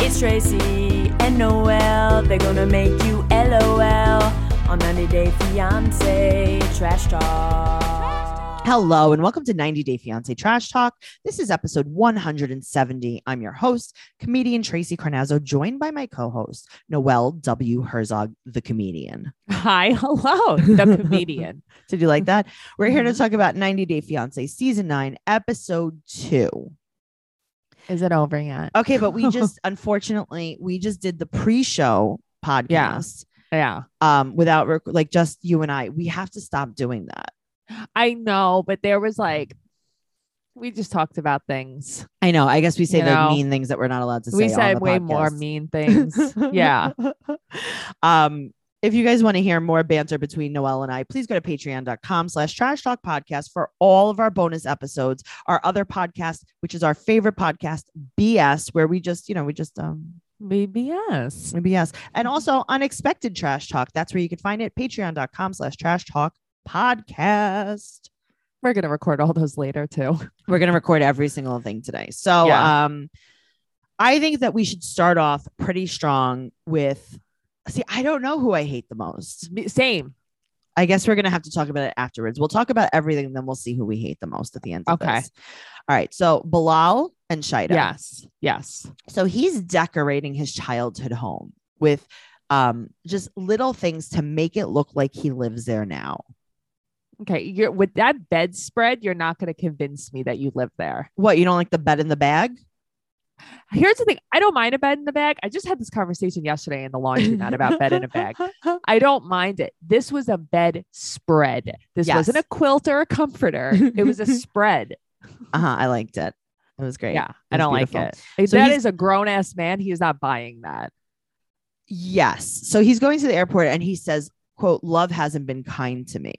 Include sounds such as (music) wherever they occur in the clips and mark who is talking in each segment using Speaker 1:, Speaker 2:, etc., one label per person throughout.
Speaker 1: It's Tracy and Noel. They're gonna make you LOL on 90 Day Fiance Trash Talk.
Speaker 2: Hello and welcome to 90 Day Fiance Trash Talk. This is episode 170. I'm your host, comedian Tracy Carnazzo, joined by my co-host, Noelle W. Herzog, the comedian.
Speaker 3: Hi,
Speaker 1: (laughs)
Speaker 3: hello, the comedian.
Speaker 2: Did you like that? (laughs) We're here to talk about 90 Day Fiance season nine, episode two.
Speaker 3: Is it over yet?
Speaker 2: Okay, but we (laughs) just unfortunately we just did the pre-show podcast
Speaker 3: Yeah.
Speaker 2: um without rec- like just you and I. We have to stop doing that.
Speaker 3: I know, but there was like, we just talked about things.
Speaker 2: I know. I guess we say
Speaker 3: You
Speaker 2: the
Speaker 3: know,
Speaker 2: mean things that we're not allowed to say.
Speaker 3: we
Speaker 2: on
Speaker 3: said
Speaker 2: the
Speaker 3: way more
Speaker 2: podcast.
Speaker 3: mean (laughs) things. yeah.
Speaker 2: um, if you guys want to hear more banter between Noelle and I, please go to patreon.com slash trash talk podcast for all of our bonus episodes, our other podcast, which is our favorite podcast, BS, where we just, you know, we just um
Speaker 3: BBS.
Speaker 2: BS. And also unexpected trash talk. That's where you can find it. Patreon.com slash trash talk podcast.
Speaker 3: We're going to record all those later too.
Speaker 2: We're gonna record every single thing today. So
Speaker 3: Yeah.
Speaker 2: um I think that we should start off pretty strong with see, I don't know who I hate the most.
Speaker 3: Same.
Speaker 2: I guess we're gonna have to talk about it afterwards. We'll talk about everything, then we'll see who we hate the most at the end. Of
Speaker 3: Okay.
Speaker 2: This. All right. So Bilal and Shida.
Speaker 3: Yes. Yes.
Speaker 2: So he's decorating his childhood home with um just little things to make it look like he lives there now.
Speaker 3: Okay. You're with that bedspread, you're not going to convince me that you live there.
Speaker 2: What you don't like the bed in the bag?
Speaker 3: (laughs) Here's the thing I don't mind a bed in the bag. I just had this conversation yesterday in the laundry, not about bed in a
Speaker 2: (laughs)
Speaker 3: bag.
Speaker 2: Uh-huh,
Speaker 3: I don't mind it. This was a bed spread. This
Speaker 2: Yes.
Speaker 3: wasn't a quilt or a comforter. It was a
Speaker 2: (laughs)
Speaker 3: spread.
Speaker 2: uh-huh. I liked it. It was great.
Speaker 3: Yeah, I
Speaker 2: It's
Speaker 3: don't
Speaker 2: beautiful.
Speaker 3: like it. If
Speaker 2: So
Speaker 3: that
Speaker 2: he's-
Speaker 3: is a grown ass man. He is not buying that.
Speaker 2: Yes. So he's going to the airport and he says, quote, love hasn't been kind to me.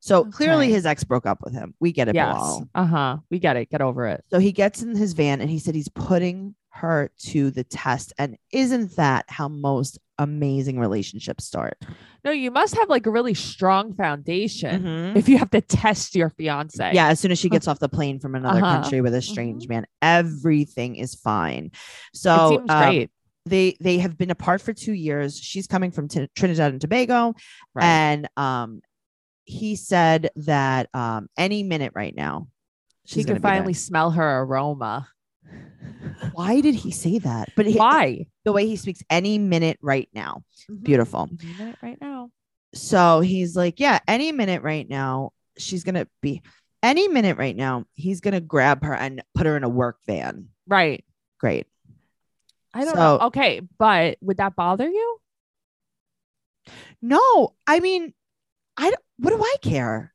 Speaker 2: So clearly
Speaker 3: Okay.
Speaker 2: his ex broke up with him. We get it,
Speaker 3: Yes.
Speaker 2: Bilal.
Speaker 3: Uh huh. We got it. Get over it.
Speaker 2: So he gets in his van and he said he's putting her to the test. And isn't that how most amazing relationships start?
Speaker 3: No, you must have like a really strong foundation
Speaker 2: Mhm.
Speaker 3: if you have to test your fiance.
Speaker 2: Yeah, as soon as she gets off the plane from another
Speaker 3: Uh-huh.
Speaker 2: country with a strange man, everything is fine. So
Speaker 3: it seems
Speaker 2: um,
Speaker 3: great.
Speaker 2: they they have been apart for two years. She's coming from Tin Trinidad and Tobago,
Speaker 3: Right.
Speaker 2: and um, he said that um, any minute right now,
Speaker 3: she
Speaker 2: she's
Speaker 3: can
Speaker 2: gonna be there.
Speaker 3: finally smell her aroma.
Speaker 2: Why did he say that? But he,
Speaker 3: Why?
Speaker 2: the way he speaks, any minute right now,
Speaker 3: Mhm.
Speaker 2: beautiful.
Speaker 3: I'm doing it Right now.
Speaker 2: so he's like, yeah, any minute right now, she's gonna be any minute right now, he's gonna grab her and put her in a work van.
Speaker 3: Right.
Speaker 2: Great.
Speaker 3: I don't know.
Speaker 2: So-
Speaker 3: Okay, but would that bother you?
Speaker 2: No, I mean, I don't- what do I care?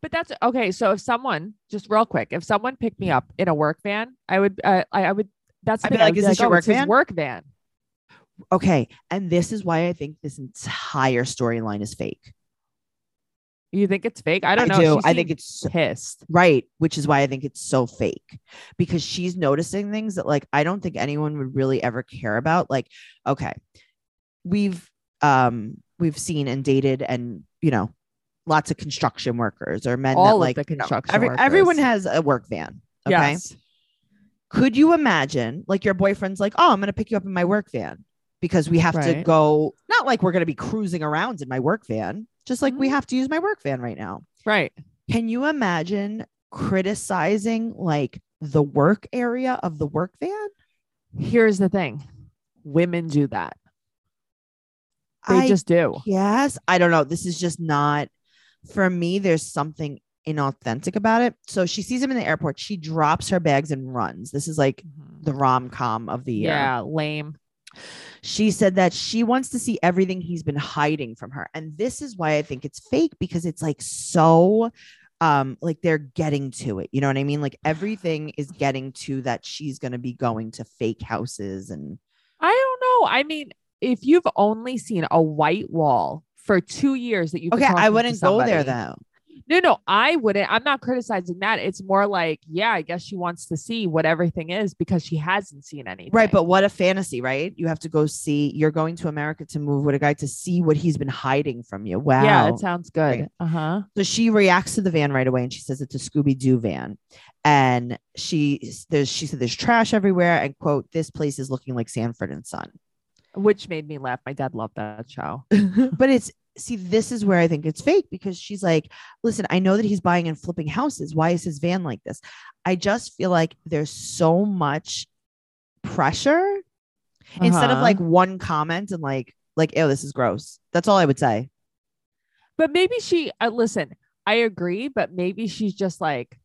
Speaker 3: But that's okay. So if someone, just real quick, if someone picked me up in a work van, I would, uh, I, I would. That's the
Speaker 2: I'd be
Speaker 3: thing, I
Speaker 2: like,
Speaker 3: would
Speaker 2: "Is this your
Speaker 3: "Oh,
Speaker 2: work
Speaker 3: it's his
Speaker 2: van?"
Speaker 3: Work van.
Speaker 2: Okay, and this is why I think this entire storyline is fake.
Speaker 3: You think it's fake? I don't know.
Speaker 2: do.
Speaker 3: She
Speaker 2: I think
Speaker 3: seemed
Speaker 2: it's so-
Speaker 3: pissed.
Speaker 2: right, which is why I think it's so fake because she's noticing things that like I don't think anyone would really ever care about. Like, okay, we've um we've seen and dated and you know lots of construction workers or men
Speaker 3: All
Speaker 2: that
Speaker 3: of
Speaker 2: like
Speaker 3: the
Speaker 2: you know,
Speaker 3: construction
Speaker 2: every- everyone
Speaker 3: workers.
Speaker 2: has a work van. Okay.
Speaker 3: Yes.
Speaker 2: Could you imagine like your boyfriend's like, oh, I'm gonna pick you up in my work van because we have to
Speaker 3: Right.
Speaker 2: go not like we're gonna be cruising around in my work van, just like we
Speaker 3: Mhm.
Speaker 2: have to use my work van right now.
Speaker 3: Right.
Speaker 2: Can you imagine criticizing like the work area of the work van?
Speaker 3: Here's the thing: women do that. They
Speaker 2: I
Speaker 3: just do.
Speaker 2: guess I don't know. This is just not for me. There's something inauthentic about it. So she sees him in the airport. She drops her bags and runs. This is like
Speaker 3: Mhm.
Speaker 2: the rom com of Mm-hmm. the year.
Speaker 3: Yeah. Lame.
Speaker 2: She said that she wants to see everything he's been hiding from her. And this is why I think it's fake because it's like so um like they're getting to it. You know what I mean? Like everything is getting to that she's going to be going to fake houses and
Speaker 3: I don't know. I mean, if you've only seen a white wall for two years that you
Speaker 2: Okay, I wouldn't go there though.
Speaker 3: No, no, I wouldn't. I'm not criticizing that. It's more like, yeah, I guess she wants to see what everything is because she hasn't seen anything.
Speaker 2: Right, but what a fantasy, right? You have to go see. You're going to America to move with a guy to see what he's been hiding from you. Wow.
Speaker 3: yeah, it sounds good.
Speaker 2: Right.
Speaker 3: Uh huh.
Speaker 2: So she reacts to the van right away and she says it's a Scooby Doo van. And she there's she said there's trash everywhere and quote, this place is looking like Sanford and Son.
Speaker 3: Which made me laugh. My dad loved that show.
Speaker 2: But it's see, this is where I think it's fake because she's like, listen, I know that he's buying and flipping houses. Why is his van like this? I just feel like there's so much pressure (laughs) instead of
Speaker 3: Uh-huh.
Speaker 2: like one comment and like like, oh, this is gross. That's all I would say.
Speaker 3: but maybe she. Uh, listen, I agree, but maybe she's just like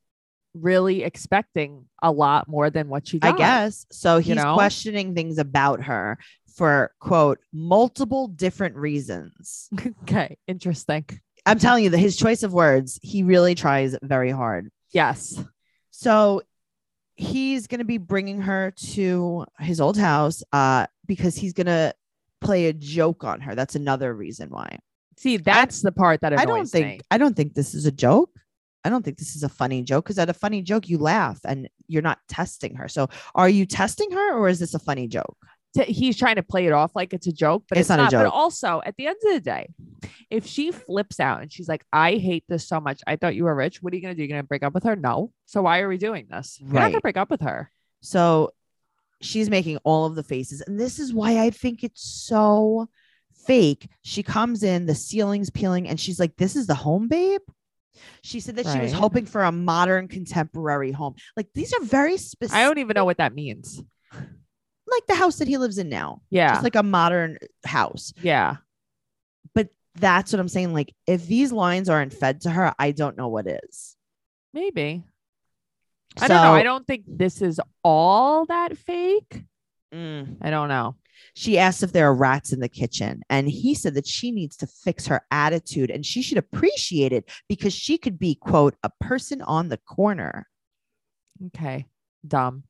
Speaker 3: really expecting a lot more than what she.
Speaker 2: I
Speaker 3: got.
Speaker 2: guess. So he's
Speaker 3: you know?
Speaker 2: questioning things about her for quote multiple different reasons.
Speaker 3: (laughs) Okay, interesting.
Speaker 2: I'm telling you that his choice of words, he really tries very hard.
Speaker 3: Yes.
Speaker 2: So he's going to be bringing her to his old house uh because he's going to play a joke on her. That's another reason why.
Speaker 3: See, that's the part that annoys
Speaker 2: I don't think
Speaker 3: me.
Speaker 2: I don't think this is a joke. I don't think this is a funny joke because at a funny joke you laugh and you're not testing her. So are you testing her or is this a funny joke?
Speaker 3: to, he's trying to play it off like it's a joke, but it's,
Speaker 2: It's not
Speaker 3: not.
Speaker 2: a
Speaker 3: But
Speaker 2: joke.
Speaker 3: also, at the end of the day, if she flips out and she's like, "I hate this so much. I thought you were rich. What are you gonna do? You're gonna break up with her? No. So why are we doing this? You're not gonna
Speaker 2: Right.
Speaker 3: break up with her.
Speaker 2: So she's making all of the faces. And this is why I think it's so fake. She comes in, the ceiling's peeling, and she's like, This is the home, babe. She said that she was
Speaker 3: Right.
Speaker 2: hoping for a modern contemporary home. Like these are very specific,
Speaker 3: I don't even know what that means.
Speaker 2: like the house that he lives in now.
Speaker 3: Yeah,
Speaker 2: It's like a modern house.
Speaker 3: yeah.
Speaker 2: But that's what I'm saying. Like, if these lines aren't fed to her, I don't know what is.
Speaker 3: Maybe I don't know.
Speaker 2: So-
Speaker 3: I don't think this is all that fake.
Speaker 2: Mm.
Speaker 3: I don't know.
Speaker 2: She asked if there are rats in the kitchen, and he said that she needs to fix her attitude and she should appreciate it because she could be, quote, a person on the corner.
Speaker 3: Okay, dumb.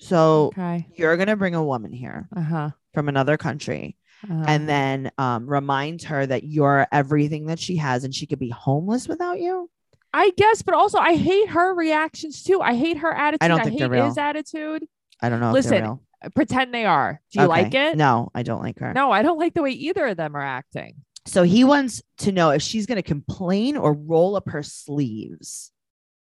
Speaker 2: So
Speaker 3: Okay.
Speaker 2: you're going to bring a woman here
Speaker 3: Uh huh.
Speaker 2: from another country
Speaker 3: Uh-huh.
Speaker 2: and then um, remind her that you're everything that she has and she could be homeless without you.
Speaker 3: I guess, but also I hate her reactions too. I hate her attitude.
Speaker 2: don't think
Speaker 3: hate
Speaker 2: they're
Speaker 3: his
Speaker 2: real.
Speaker 3: attitude.
Speaker 2: I don't know. if they're
Speaker 3: Listen,
Speaker 2: real.
Speaker 3: pretend they are. Do you
Speaker 2: Okay.
Speaker 3: like it?
Speaker 2: No, I don't like her.
Speaker 3: No, I don't like the way either of them are acting.
Speaker 2: So he wants to know if she's going to complain or roll up her sleeves.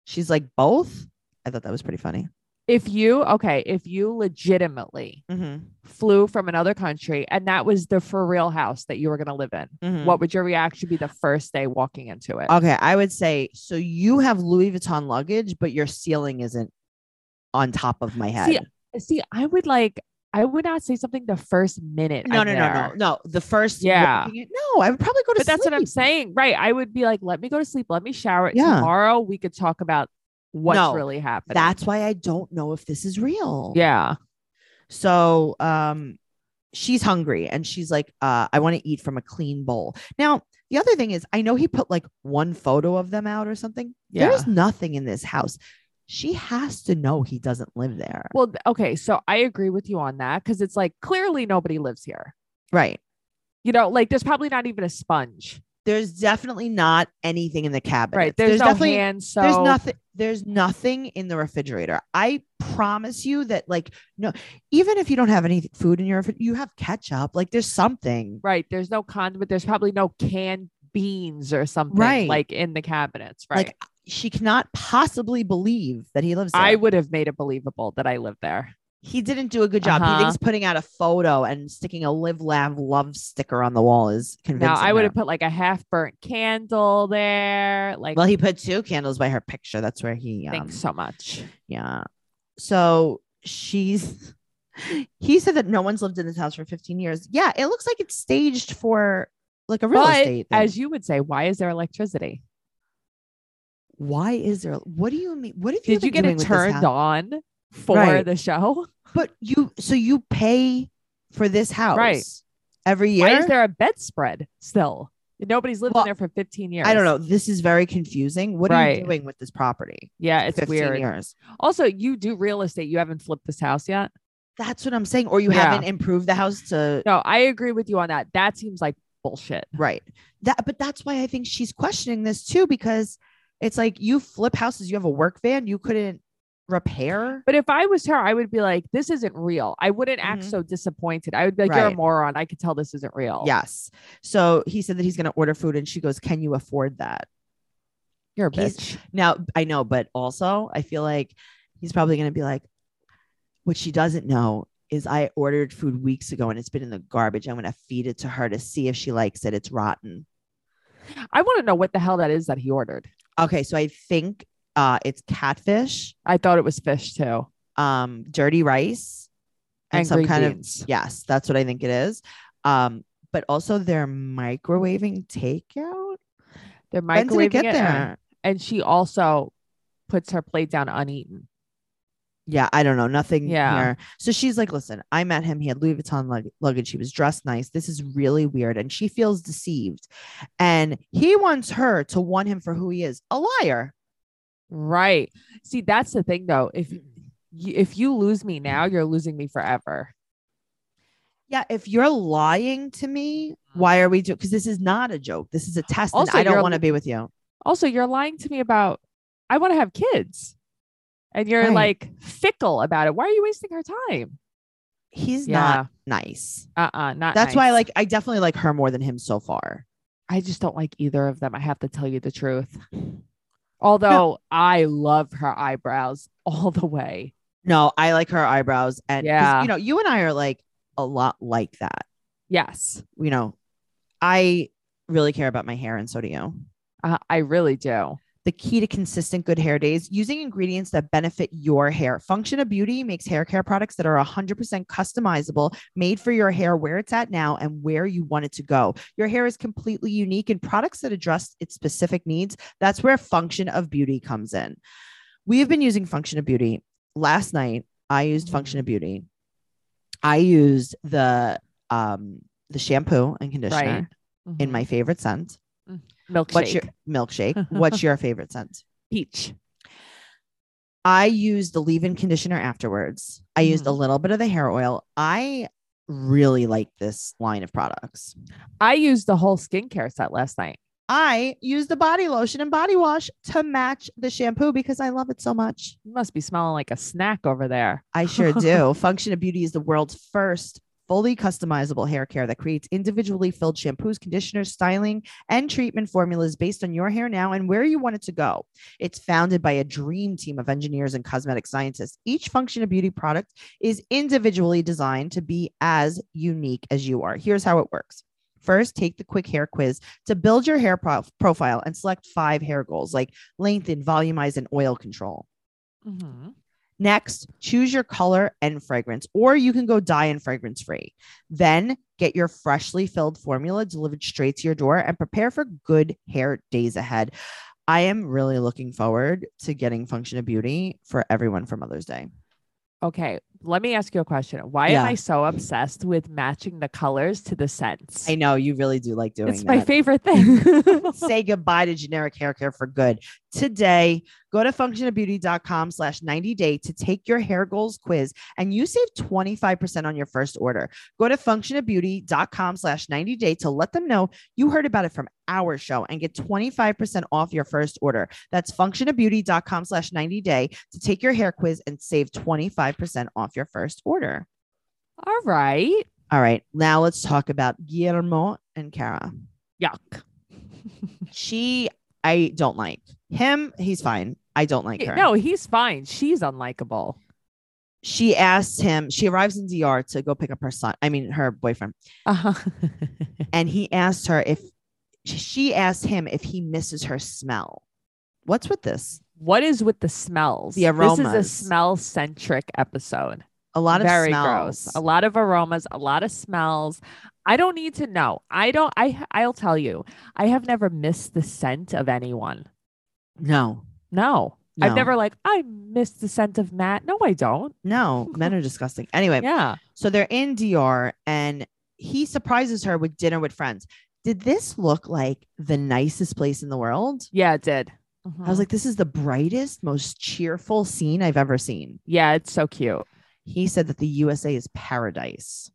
Speaker 2: She's like, both. I thought that was pretty funny.
Speaker 3: If you, okay, if you legitimately
Speaker 2: Mm-hmm.
Speaker 3: flew from another country and that was the for real house that you were going to live in,
Speaker 2: Mm.
Speaker 3: what would your reaction be the first day walking into it?
Speaker 2: Okay, I would say so. You have Louis Vuitton luggage, but your ceiling isn't on top of my head.
Speaker 3: See, See, I would like, I would not say something the first minute.
Speaker 2: no,
Speaker 3: I'm
Speaker 2: no, no, no,
Speaker 3: there.
Speaker 2: no. The first,
Speaker 3: Yeah.
Speaker 2: walking in- no, I would probably go to.
Speaker 3: But that's what I'm
Speaker 2: sleep.
Speaker 3: saying. Right. I would be like, let me go to sleep. Let me shower.
Speaker 2: Yeah.
Speaker 3: Tomorrow we could talk about what's
Speaker 2: No,
Speaker 3: really happening.
Speaker 2: That's why I don't know if this is real.
Speaker 3: yeah.
Speaker 2: So, um, she's hungry and she's like, uh, I want to eat from a clean bowl. Now, the other thing is, I know he put like one photo of them out or something.
Speaker 3: Yeah.
Speaker 2: There's nothing in this house. She has to know he doesn't live there.
Speaker 3: Well, th- okay. So I agree with you on that because it's like clearly nobody lives here.
Speaker 2: Right.
Speaker 3: You know, like there's probably not even a sponge,
Speaker 2: There's definitely not anything in the cabinet.
Speaker 3: right? There's, no
Speaker 2: definitely
Speaker 3: hand soap.
Speaker 2: There's nothing there's nothing in the refrigerator. I promise you that like no even if you don't have any food in your refri- you have ketchup like there's something.
Speaker 3: Right. There's no condiment. There's probably no canned beans or something
Speaker 2: Right.
Speaker 3: like in the cabinets. Right.
Speaker 2: Like, She cannot possibly believe that he lives there.
Speaker 3: I would have made it believable that I live there.
Speaker 2: he didn't do a good job.
Speaker 3: Uh-huh.
Speaker 2: He thinks putting out a photo and sticking a live laugh love sticker on the wall is convincing.
Speaker 3: Now I would
Speaker 2: her.
Speaker 3: have put like a half burnt candle there. Like,
Speaker 2: Well, he put two candles by her picture. That's where he um,
Speaker 3: thanks so much.
Speaker 2: Yeah. So she's (laughs) he said that no one's lived in this house for 15 years. Yeah, it looks like it's staged for like a real
Speaker 3: but
Speaker 2: estate. thing.
Speaker 3: as you would say, why is there electricity?
Speaker 2: why is there what do you mean? What have you
Speaker 3: Did you get it
Speaker 2: been doing with this
Speaker 3: turned
Speaker 2: house?
Speaker 3: on for
Speaker 2: Right.
Speaker 3: the show?
Speaker 2: But you so you pay for this house
Speaker 3: Right.
Speaker 2: every year.
Speaker 3: Why is there a bedspread still? Nobody's lived
Speaker 2: Well,
Speaker 3: in there for 15 years.
Speaker 2: I don't know. This is very confusing. What are you
Speaker 3: Right.
Speaker 2: doing with this property?
Speaker 3: Yeah, it's
Speaker 2: 15
Speaker 3: weird.
Speaker 2: years.
Speaker 3: Also, you do real estate. You haven't flipped this house yet.
Speaker 2: That's what I'm saying. Or you
Speaker 3: Yeah.
Speaker 2: haven't improved the house to
Speaker 3: No, I agree with you on that. That seems like bullshit.
Speaker 2: Right. That but that's why I think she's questioning this too, because it's like you flip houses, you have a work van, you couldn't repair.
Speaker 3: But if I was her, I would be like, this isn't real. I wouldn't act
Speaker 2: Mhm.
Speaker 3: so disappointed. I would be like, you're a
Speaker 2: Right.
Speaker 3: moron. I could tell this isn't real.
Speaker 2: Yes. So he said that he's gonna order food and she goes, Can you afford that?
Speaker 3: You're a bitch.
Speaker 2: He's- Now I know, but also I feel like he's probably gonna be like, what she doesn't know is I ordered food weeks ago and it's been in the garbage. I'm gonna feed it to her to see if she likes it. It's rotten.
Speaker 3: I want to know what the hell that is that he ordered.
Speaker 2: Okay, so I think uh, it's catfish,
Speaker 3: I thought it was fish too.
Speaker 2: um, dirty rice, and,
Speaker 3: And
Speaker 2: some
Speaker 3: green
Speaker 2: kind
Speaker 3: beans.
Speaker 2: of yes, that's what I think it is. Um, but also they're microwaving takeout.
Speaker 3: They're
Speaker 2: When's
Speaker 3: microwaving it, uh, and she also puts her plate down uneaten.
Speaker 2: Yeah, I don't know. Nothing
Speaker 3: Yeah.
Speaker 2: here. So she's like, listen, I met him. He had Louis Vuitton lug- luggage. He was dressed nice. This is really weird. And she feels deceived. And he wants her to want him for who he is a liar.
Speaker 3: Right. See, that's the thing though. If you, if you lose me now, you're losing me forever.
Speaker 2: Yeah, if you're lying to me, why are we doing? Because this is not a joke. This is a test. and
Speaker 3: Also,
Speaker 2: I don't
Speaker 3: you're-
Speaker 2: want to be with you.
Speaker 3: Also, you're lying to me about I want to have kids. And you're
Speaker 2: Right.
Speaker 3: like fickle about it. Why are you wasting her time?
Speaker 2: He's not nice.
Speaker 3: Uh uh not
Speaker 2: That's why,
Speaker 3: nice.
Speaker 2: like, I definitely like her more than him so far.
Speaker 3: I just don't like either of them. I have to tell you the truth. Although I love her eyebrows all the way.
Speaker 2: No, I like her eyebrows, and 'cause,
Speaker 3: Yeah.
Speaker 2: you know, you and I are like a lot like that.
Speaker 3: Yes.
Speaker 2: You know, I really care about my hair, and so do you.
Speaker 3: Uh, I really do.
Speaker 2: The key to consistent good hair days using ingredients that benefit your hair. Function of Beauty makes hair care products that are 100% customizable, made for your hair where it's at now and where you want it to go. Your hair is completely unique and products that address its specific needs. That's where Function of Beauty comes in. We have been using Function of Beauty. Last night, I used Function of Beauty. I used the um the shampoo and conditioner
Speaker 3: Right.
Speaker 2: in my favorite scent.
Speaker 3: Mm-hmm. milkshake.
Speaker 2: What's your milkshake? What's your favorite scent?
Speaker 3: peach?
Speaker 2: I used the leave-in conditioner afterwards. I used a little bit of the hair oil. I really like this line of products.
Speaker 3: I used the whole skincare set last night.
Speaker 2: I used the body lotion and body wash to match the shampoo because I love it so much.
Speaker 3: You must be smelling like a snack over there.
Speaker 2: I sure do. Function of Beauty is the world's first fully customizable hair care that creates individually filled shampoos, conditioners, styling, and treatment formulas based on your hair now and where you want it to go. It's founded by a dream team of engineers and cosmetic scientists. Each Function of Beauty product is individually designed to be as unique as you are. Here's how it works. First, take the quick hair quiz to build your hair prof- profile and select five hair goals like length, and volumize, and oil control.
Speaker 3: Mm-hmm.
Speaker 2: Next, choose your color and fragrance, or you can go dye and fragrance free. Then get your freshly filled formula delivered straight to your door and prepare for good hair days ahead. I am really looking forward to getting Function of Beauty for everyone for Mother's Day.
Speaker 3: Okay, let me ask you a question. Why
Speaker 2: Yeah.
Speaker 3: am I so obsessed with matching the colors to the scents?
Speaker 2: I know you really do like doing
Speaker 3: it's
Speaker 2: that.
Speaker 3: my favorite thing. (laughs)
Speaker 2: Say goodbye to generic hair care for good. Today, go to functionofbeauty.com slash 90 day to take your hair goals quiz and you save 25% on your first order. Go to functionofbeauty.com slash 90 day to let them know you heard about it from our show and get 25% off your first order. That's functionofbeauty.com slash 90 day to take your hair quiz and save 25% off your first order.
Speaker 3: All right.
Speaker 2: All right, now let's talk about Guillermo and Cara.
Speaker 3: Yuck.
Speaker 2: she I don't like him. He's fine. I don't like her.
Speaker 3: No, he's fine. She's unlikable.
Speaker 2: she asks him. She arrives in DR to go pick up her son. I mean, her boyfriend,
Speaker 3: Uh-huh.
Speaker 2: and he asks her if she asked him if he misses her smell. What's with this?
Speaker 3: what is with the smells?
Speaker 2: The
Speaker 3: This is a
Speaker 2: aromas.
Speaker 3: smell centric episode.
Speaker 2: A lot of
Speaker 3: Very
Speaker 2: smells.
Speaker 3: gross. A lot of aromas, a lot of smells. I don't need to know. I don't. I I'll tell you. I have never missed the scent of anyone.
Speaker 2: No,
Speaker 3: No.
Speaker 2: No.
Speaker 3: I've never like I miss the scent of Matt. No, I don't.
Speaker 2: no, men are disgusting. Anyway,
Speaker 3: Yeah.
Speaker 2: so they're in DR, and he surprises her with dinner with friends. Did this look like the nicest place in the world?
Speaker 3: Yeah, it did. Mm-hmm.
Speaker 2: I was like, this is the brightest, most cheerful scene I've ever seen.
Speaker 3: yeah, it's so cute.
Speaker 2: He said that the USA is paradise.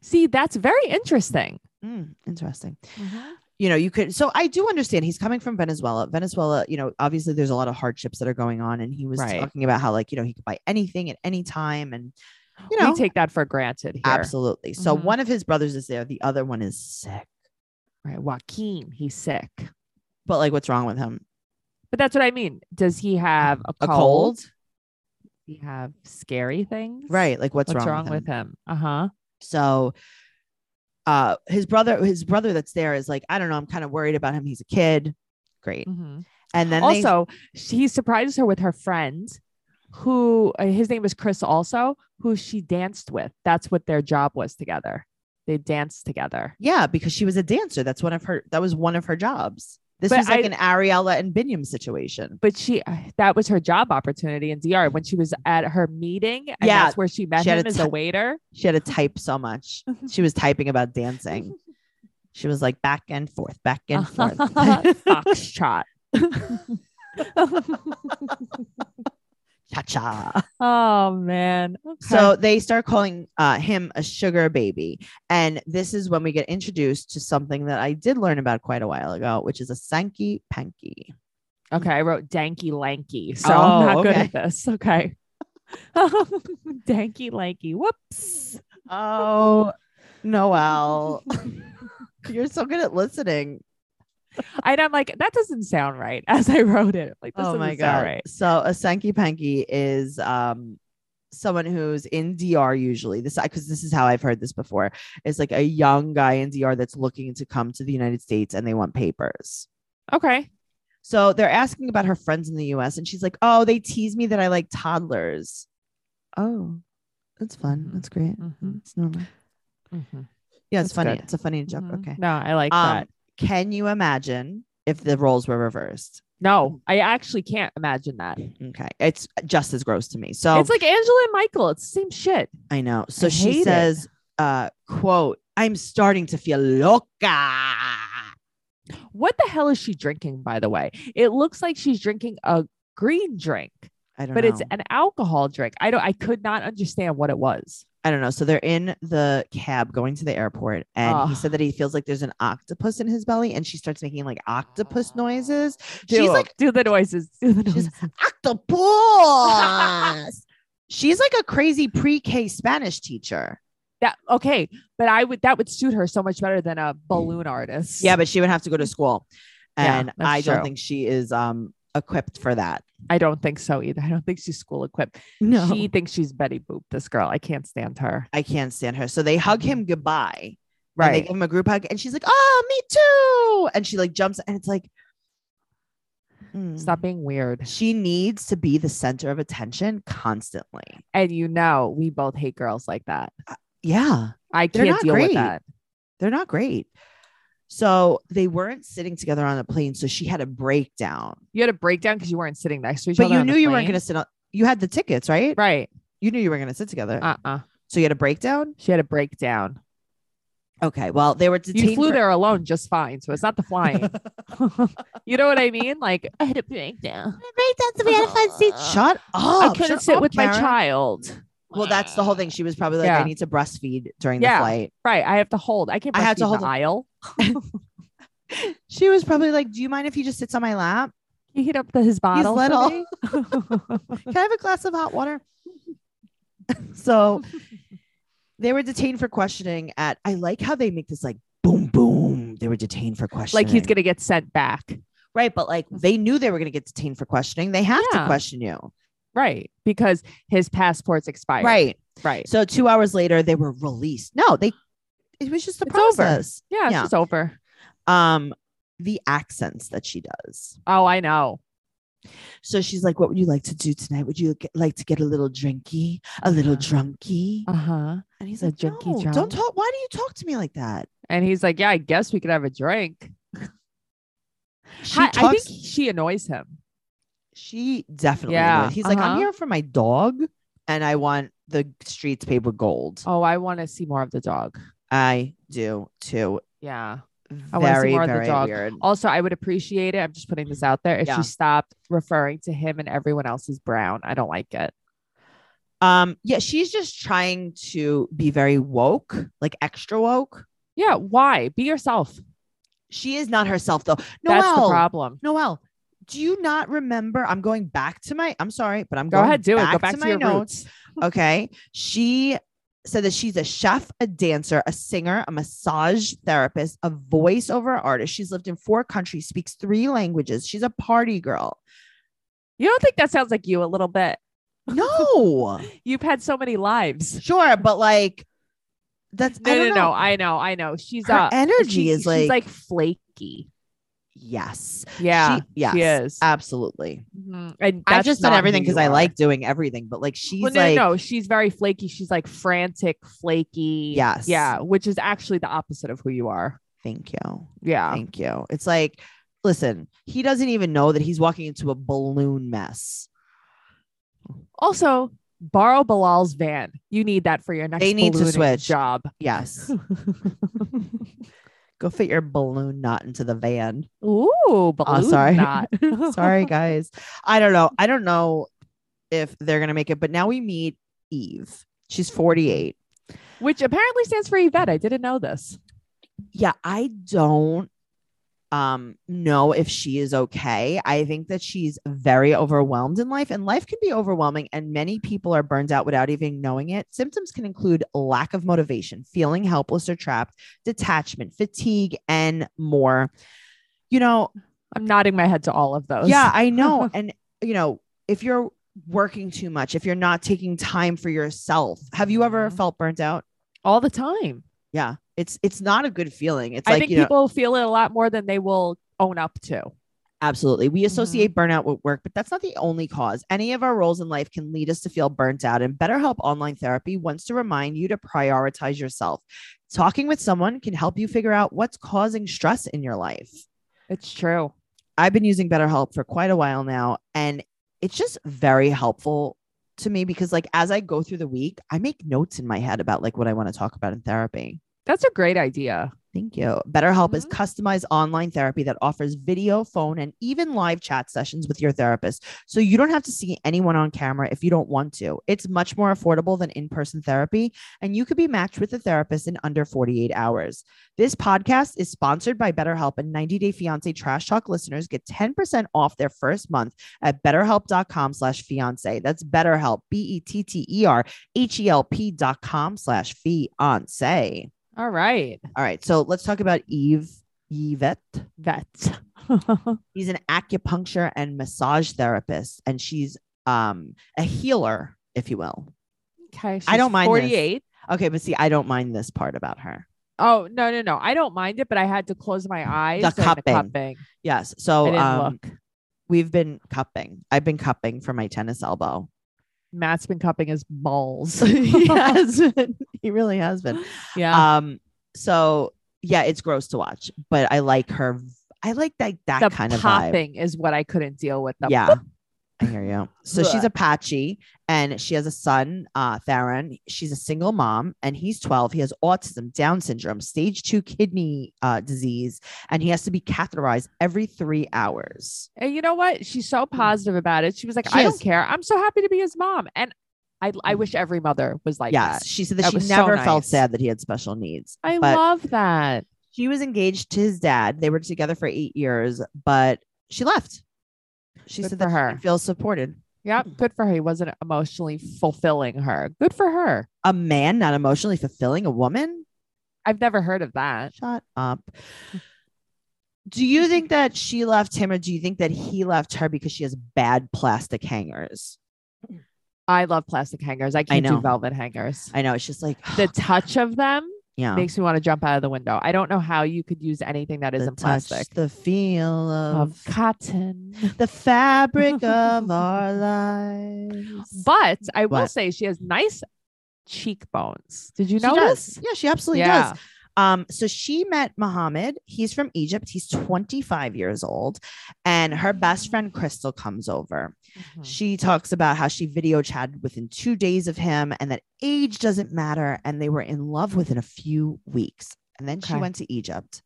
Speaker 3: See, that's very Hmm, interesting.
Speaker 2: Mm, interesting. You know, you could. So I do understand he's coming from Venezuela. Venezuela, you know, obviously there's a lot of hardships that are going on, and he was
Speaker 3: Right.
Speaker 2: talking about how like you know he could buy anything at any time, and you know,
Speaker 3: we take that for granted here.
Speaker 2: absolutely. So
Speaker 3: Mhm.
Speaker 2: one of his brothers is there, the other one is sick.
Speaker 3: Right. Joaquin, he's sick.
Speaker 2: But like, what's wrong with him?
Speaker 3: But that's what I mean. Does he have a,
Speaker 2: A
Speaker 3: cold?
Speaker 2: cold,
Speaker 3: Does he have scary things?
Speaker 2: right? Like, what's,
Speaker 3: What's, wrong, with
Speaker 2: him?
Speaker 3: him? Uh huh.
Speaker 2: So uh his brother his brother that's there is like, I don't know, I'm kind of worried about him. He's a kid. Great. And then they-
Speaker 3: Mm-hmm. also, she, he surprises her with her friend, who uh, his name is Chris, also, who she danced with. That's what their job was together. They danced together.
Speaker 2: yeah, because she was a dancer. That's one of her that was one of her jobs. This
Speaker 3: But
Speaker 2: was like
Speaker 3: I-
Speaker 2: an Ariella and Binyam situation.
Speaker 3: But she, uh, that was her job opportunity in DR when she was at her meeting. And
Speaker 2: Yeah,
Speaker 3: That's where she met
Speaker 2: she had
Speaker 3: him
Speaker 2: a
Speaker 3: as
Speaker 2: ti-
Speaker 3: a waiter.
Speaker 2: She had to type so much. She was typing about dancing. She was like back and forth, back
Speaker 3: (laughs)
Speaker 2: and forth. (laughs)
Speaker 3: Foxtrot.
Speaker 2: Cha cha.
Speaker 3: oh, man. Okay.
Speaker 2: So they start calling uh, him a sugar baby. And this is when we get introduced to something that I did learn about quite a while ago, which is a Sankey Panky.
Speaker 3: Okay, I wrote danky lanky, so
Speaker 2: Oh,
Speaker 3: I'm not good
Speaker 2: okay.
Speaker 3: at this. Okay. (laughs) danky lanky. Whoops.
Speaker 2: Oh, Noel. (laughs) You're so good at listening.
Speaker 3: And I'm like, that doesn't sound right (laughs) as I wrote it. Like, this
Speaker 2: oh my
Speaker 3: doesn't sound
Speaker 2: god.
Speaker 3: right.
Speaker 2: So a Sankey Panky is um someone who's in DR usually. This because this is how I've heard this before. It's like a young guy in DR that's looking to come to the United States and they want papers.
Speaker 3: Okay.
Speaker 2: So they're asking about her friends in the US and she's like, "Oh, they tease me that I like toddlers." Oh. That's fun.
Speaker 3: Mhm.
Speaker 2: That's great.
Speaker 3: Mhm.
Speaker 2: It's normal. Mm-hmm. Mm-hmm. Yeah,
Speaker 3: That's
Speaker 2: it's funny.
Speaker 3: good.
Speaker 2: It's a funny Mm-hmm.
Speaker 3: Mhm.
Speaker 2: joke. Okay. Um,
Speaker 3: No, I like that.
Speaker 2: Can you imagine if the roles were reversed?
Speaker 3: No, I actually can't imagine that.
Speaker 2: Okay. It's just as gross to me. So
Speaker 3: It's like Angela and Michael. It's the same shit.
Speaker 2: I know. So
Speaker 3: I hate
Speaker 2: she
Speaker 3: it.
Speaker 2: says, uh, quote, I'm starting to feel loca.
Speaker 3: What the hell is she drinking, by the way? It looks like she's drinking a green drink,
Speaker 2: I don't
Speaker 3: but
Speaker 2: know.
Speaker 3: it's an alcohol drink. I don't I could not understand what it was.
Speaker 2: I don't know. So they're in the cab going to the airport, and he
Speaker 3: Ugh.
Speaker 2: said that he feels like there's an octopus in his belly, and she starts making like octopus noises. She's
Speaker 3: it.
Speaker 2: like
Speaker 3: do the noises. Do the noises.
Speaker 2: She's-
Speaker 3: (laughs)
Speaker 2: octopus. She's like a crazy pre-K Spanish teacher.
Speaker 3: That okay, but I would that would suit her so much better than a balloon artist.
Speaker 2: Yeah, but she would have to go to school,
Speaker 3: Yeah,
Speaker 2: and
Speaker 3: that's
Speaker 2: I don't
Speaker 3: true.
Speaker 2: think she is um equipped for that.
Speaker 3: I don't think so either. I don't think she's school equipped. She thinks she's Betty Boop. This girl, I can't stand her.
Speaker 2: I can't stand her. So they hug him goodbye. And they
Speaker 3: Right?
Speaker 2: give him a group hug, and she's like, "Oh, me too!" And she like jumps, and it's like, mm.
Speaker 3: Stop being weird.
Speaker 2: She needs to be the center of attention constantly.
Speaker 3: And you know, we both hate girls like that.
Speaker 2: Yeah,
Speaker 3: I
Speaker 2: They're
Speaker 3: can't
Speaker 2: not
Speaker 3: deal
Speaker 2: great.
Speaker 3: with that.
Speaker 2: they're not great. So they weren't sitting together on the plane, so she had a breakdown.
Speaker 3: You had a breakdown because you weren't sitting next to each
Speaker 2: But
Speaker 3: other.
Speaker 2: you
Speaker 3: on the
Speaker 2: knew you weren't
Speaker 3: plane.
Speaker 2: going to sit on. You had the tickets, right?
Speaker 3: Right.
Speaker 2: You knew you were going to sit together.
Speaker 3: Uh uh
Speaker 2: so you had a breakdown.
Speaker 3: She had a breakdown.
Speaker 2: Okay. Well, they were detained.
Speaker 3: You flew
Speaker 2: for-
Speaker 3: there alone just fine. So it's not the
Speaker 2: (laughs)
Speaker 3: flying. (laughs) you know what I mean? Like, I had a breakdown.
Speaker 2: Breakdowns. We had a fun seat. Shut up.
Speaker 3: I couldn't
Speaker 2: Shut
Speaker 3: sit
Speaker 2: up,
Speaker 3: with my
Speaker 2: Oh, Karen.
Speaker 3: child.
Speaker 2: Well, that's the whole thing. She was probably like, I
Speaker 3: Yeah.
Speaker 2: need to breastfeed during
Speaker 3: Yeah.
Speaker 2: the flight.
Speaker 3: Right. I have to hold. I can't.
Speaker 2: I had
Speaker 3: breastfeed
Speaker 2: to
Speaker 3: in
Speaker 2: hold
Speaker 3: the
Speaker 2: him.
Speaker 3: aisle.
Speaker 2: She was probably like, Do you mind if he just sits on my lap?
Speaker 3: He hit up the, his bottle. for
Speaker 2: little.
Speaker 3: me.
Speaker 2: (laughs) Can I have a glass of hot water? (laughs) so they were detained for questioning at, I like how they make this like boom, boom. They were detained for
Speaker 3: (laughs)
Speaker 2: questioning.
Speaker 3: like he's gonna get sent back.
Speaker 2: right. But like they knew they were going to get detained for questioning. They have to
Speaker 3: Yeah.
Speaker 2: question you.
Speaker 3: Right. Because his passport's expired.
Speaker 2: Right.
Speaker 3: Right.
Speaker 2: So two hours later, they were released. No, they, it was just the
Speaker 3: It's over.
Speaker 2: process.
Speaker 3: Yeah, it's
Speaker 2: Yeah.
Speaker 3: just over.
Speaker 2: Um, the accents that she does.
Speaker 3: Oh, I know.
Speaker 2: So she's like, "What would you like to do tonight? Would you get, like to get a little drinky, a little
Speaker 3: Uh-huh.
Speaker 2: drunky?"
Speaker 3: Uh-huh.
Speaker 2: And he's
Speaker 3: a
Speaker 2: like,
Speaker 3: drinky
Speaker 2: "No,
Speaker 3: drunk."
Speaker 2: don't talk. Why do you talk to me like that?"
Speaker 3: And he's like, Yeah, I guess we could have a drink.
Speaker 2: She
Speaker 3: Hi- I
Speaker 2: talks.
Speaker 3: think she annoys him.
Speaker 2: she definitely.
Speaker 3: Yeah,
Speaker 2: Yeah. He's like, "I'm
Speaker 3: uh-huh.
Speaker 2: here for my dog, and I want the streets paved with gold."
Speaker 3: Oh, I want to see more of the dog.
Speaker 2: I do too.
Speaker 3: Yeah. I wanna see
Speaker 2: Very,
Speaker 3: more of the
Speaker 2: very
Speaker 3: dog. Oh.
Speaker 2: weird.
Speaker 3: Also, I would appreciate it. I'm just putting this out there. If
Speaker 2: Yeah.
Speaker 3: she stopped referring to him and everyone else as brown, I don't like it.
Speaker 2: Um, yeah, she's just trying to be very woke, like extra woke.
Speaker 3: Yeah. Why? Be yourself.
Speaker 2: She is not herself though.
Speaker 3: That's the
Speaker 2: Noelle,
Speaker 3: problem.
Speaker 2: Noelle, do you not remember? I'm going back to my. I'm sorry, but I'm
Speaker 3: Go
Speaker 2: going
Speaker 3: ahead, do it. Go back to,
Speaker 2: my
Speaker 3: your
Speaker 2: notes.
Speaker 3: roots.
Speaker 2: Okay, she said that she's a chef, a dancer, a singer, a massage therapist, a voiceover artist. She's lived in four countries, speaks three languages. She's a party girl.
Speaker 3: You don't think that sounds like you a little bit?
Speaker 2: No,
Speaker 3: You've had so many lives.
Speaker 2: (laughs) sure, but like that's I
Speaker 3: No, no,
Speaker 2: don't know.
Speaker 3: no. I know. I know. She's
Speaker 2: Her
Speaker 3: uh,
Speaker 2: energy
Speaker 3: she-
Speaker 2: is
Speaker 3: she's
Speaker 2: like,
Speaker 3: like flaky.
Speaker 2: yes,
Speaker 3: Yeah.
Speaker 2: she, yes,
Speaker 3: She is.
Speaker 2: absolutely.
Speaker 3: Mhm. And
Speaker 2: I've
Speaker 3: that's
Speaker 2: just done
Speaker 3: not who
Speaker 2: everything because
Speaker 3: you
Speaker 2: I
Speaker 3: are.
Speaker 2: like doing everything, but like she's
Speaker 3: Well, no,
Speaker 2: like,
Speaker 3: no, no, she's very flaky. She's like frantic, flaky.
Speaker 2: Yes.
Speaker 3: Yeah. Which is actually the opposite of who you are.
Speaker 2: thank you,
Speaker 3: Yeah.
Speaker 2: thank you. It's like, listen, he doesn't even know that he's walking into a balloon mess.
Speaker 3: Also, borrow Bilal's van. You need that for your next
Speaker 2: They need to
Speaker 3: ballooning
Speaker 2: switch. (laughs)
Speaker 3: job.
Speaker 2: Yes. Go fit your balloon knot into
Speaker 3: (laughs)
Speaker 2: the van.
Speaker 3: Ooh, balloon
Speaker 2: Oh, sorry.
Speaker 3: knot.
Speaker 2: (laughs) Sorry, guys. I don't know. I don't know if they're going to make it, but now we meet Eve. She's 48.
Speaker 3: (laughs) Which apparently stands for Yvette. I didn't know this.
Speaker 2: Yeah, I don't um know if she is okay. I think that she's very overwhelmed in life and life can be overwhelming and many people are burned out without even knowing it. Symptoms can include lack of motivation, feeling helpless or trapped, detachment, fatigue and more. You know,
Speaker 3: I'm nodding my head to all of those.
Speaker 2: Yeah,
Speaker 3: (laughs)
Speaker 2: I know. and you know, if you're working too much, if you're not taking time for yourself, have you ever
Speaker 3: Mhm.
Speaker 2: felt burnt out?
Speaker 3: All the time.
Speaker 2: Yeah, it's it's not a good feeling. It's
Speaker 3: I
Speaker 2: like
Speaker 3: think
Speaker 2: you know,
Speaker 3: people feel it a lot more than they will own up to.
Speaker 2: absolutely we
Speaker 3: Mm-hmm.
Speaker 2: associate burnout with work, but that's not the only cause. Any of our roles in life can lead us to feel burnt out, and BetterHelp Online Therapy wants to remind you to prioritize yourself. Talking with someone can help you figure out what's causing stress in your life.
Speaker 3: It's true.
Speaker 2: I've been using BetterHelp for quite a while now, and it's just very helpful to me because, like, as I go through the week, I make notes in my head about like what I want to talk about in therapy.
Speaker 3: That's a great idea.
Speaker 2: Thank you. BetterHelp is customized online therapy that offers video, phone, and even live chat sessions with your therapist. So you don't have to see anyone on camera if you don't want to. It's much more affordable than in person therapy, and you could be matched with a therapist in under 48 hours. This podcast is sponsored by BetterHelp, and 90 Day Fiancé Trash Talk listeners get 10% off their first month at betterhelp.com slash fiancé. That's betterhelp, E B-E-T-T-E-R-H-E-L-P E dot com slash fiancé.
Speaker 3: All right.
Speaker 2: All right, so let's talk about Eve. Yvette.
Speaker 3: Vet. (laughs)
Speaker 2: He's an acupuncture and massage therapist, and she's um a healer, if you will.
Speaker 3: okay. She's
Speaker 2: I don't mind this.
Speaker 3: 48.
Speaker 2: Okay, but see, I don't mind this part about her.
Speaker 3: Oh, no, no, no. I don't mind it, but I had to close my eyes.
Speaker 2: The
Speaker 3: and
Speaker 2: cupping.
Speaker 3: cupping.
Speaker 2: Yes.
Speaker 3: I
Speaker 2: So
Speaker 3: didn't
Speaker 2: um
Speaker 3: look.
Speaker 2: we've been cupping. I've been cupping for my
Speaker 3: (laughs)
Speaker 2: tennis elbow.
Speaker 3: Matt's been cupping his
Speaker 2: (laughs)
Speaker 3: balls. (laughs)
Speaker 2: he has been. He really has been.
Speaker 3: yeah.
Speaker 2: Um, so yeah, it's gross to watch, but I like her. v- I like that that
Speaker 3: the
Speaker 2: kind of vibe.
Speaker 3: popping is what I couldn't deal with. The
Speaker 2: Yeah. I hear you. So she's
Speaker 3: Blech.
Speaker 2: Apache and she has a son, uh, Theron. She's a single mom and he's 12. He has autism, Down syndrome, stage two kidney uh, disease, and he has to be catheterized every three hours.
Speaker 3: And you know what? She's so positive about it. She was like,
Speaker 2: Mm. She
Speaker 3: I
Speaker 2: is. Mm.
Speaker 3: don't care. I'm so happy to be his mom. And I, I wish every mother was like
Speaker 2: yes.
Speaker 3: that.
Speaker 2: She said that,
Speaker 3: That
Speaker 2: she
Speaker 3: was so
Speaker 2: never felt
Speaker 3: nice.
Speaker 2: sad that he had special needs.
Speaker 3: I
Speaker 2: but
Speaker 3: love that.
Speaker 2: she was engaged to his dad. They were together for eight years, but she left. She
Speaker 3: Good
Speaker 2: said
Speaker 3: for
Speaker 2: that she
Speaker 3: her.
Speaker 2: didn't feel supported.
Speaker 3: Yeah.
Speaker 2: Mm.
Speaker 3: Good for her. He wasn't emotionally fulfilling her. Good for her.
Speaker 2: A man not emotionally fulfilling a woman?
Speaker 3: I've never heard of that.
Speaker 2: Shut up.
Speaker 3: Mm.
Speaker 2: Do you think that she left him or do you think that he left her because she has bad plastic hangers?
Speaker 3: I love plastic hangers. I can't
Speaker 2: know.
Speaker 3: do velvet hangers.
Speaker 2: I know it's
Speaker 3: (sighs)
Speaker 2: just like (sighs)
Speaker 3: The touch of them
Speaker 2: yeah.
Speaker 3: makes me want to jump out of the window. I don't know how you could use anything that
Speaker 2: the
Speaker 3: isn't
Speaker 2: touch,
Speaker 3: plastic.
Speaker 2: the feel of
Speaker 3: Of cotton.
Speaker 2: (laughs)
Speaker 3: (laughs)
Speaker 2: the fabric of our lives.
Speaker 3: But I will
Speaker 2: What?
Speaker 3: say she has nice cheekbones. Did you
Speaker 2: she does.
Speaker 3: notice?
Speaker 2: Yeah, she absolutely does. Um, so she met Mohammed. He's from Egypt. He's 25 years old. And her best friend, Crystal, comes over.
Speaker 3: Mhm.
Speaker 2: She talks about how she video chatted within two days of him and that age doesn't matter. And they were in love within a few weeks. And then she
Speaker 3: Okay.
Speaker 2: went to Egypt.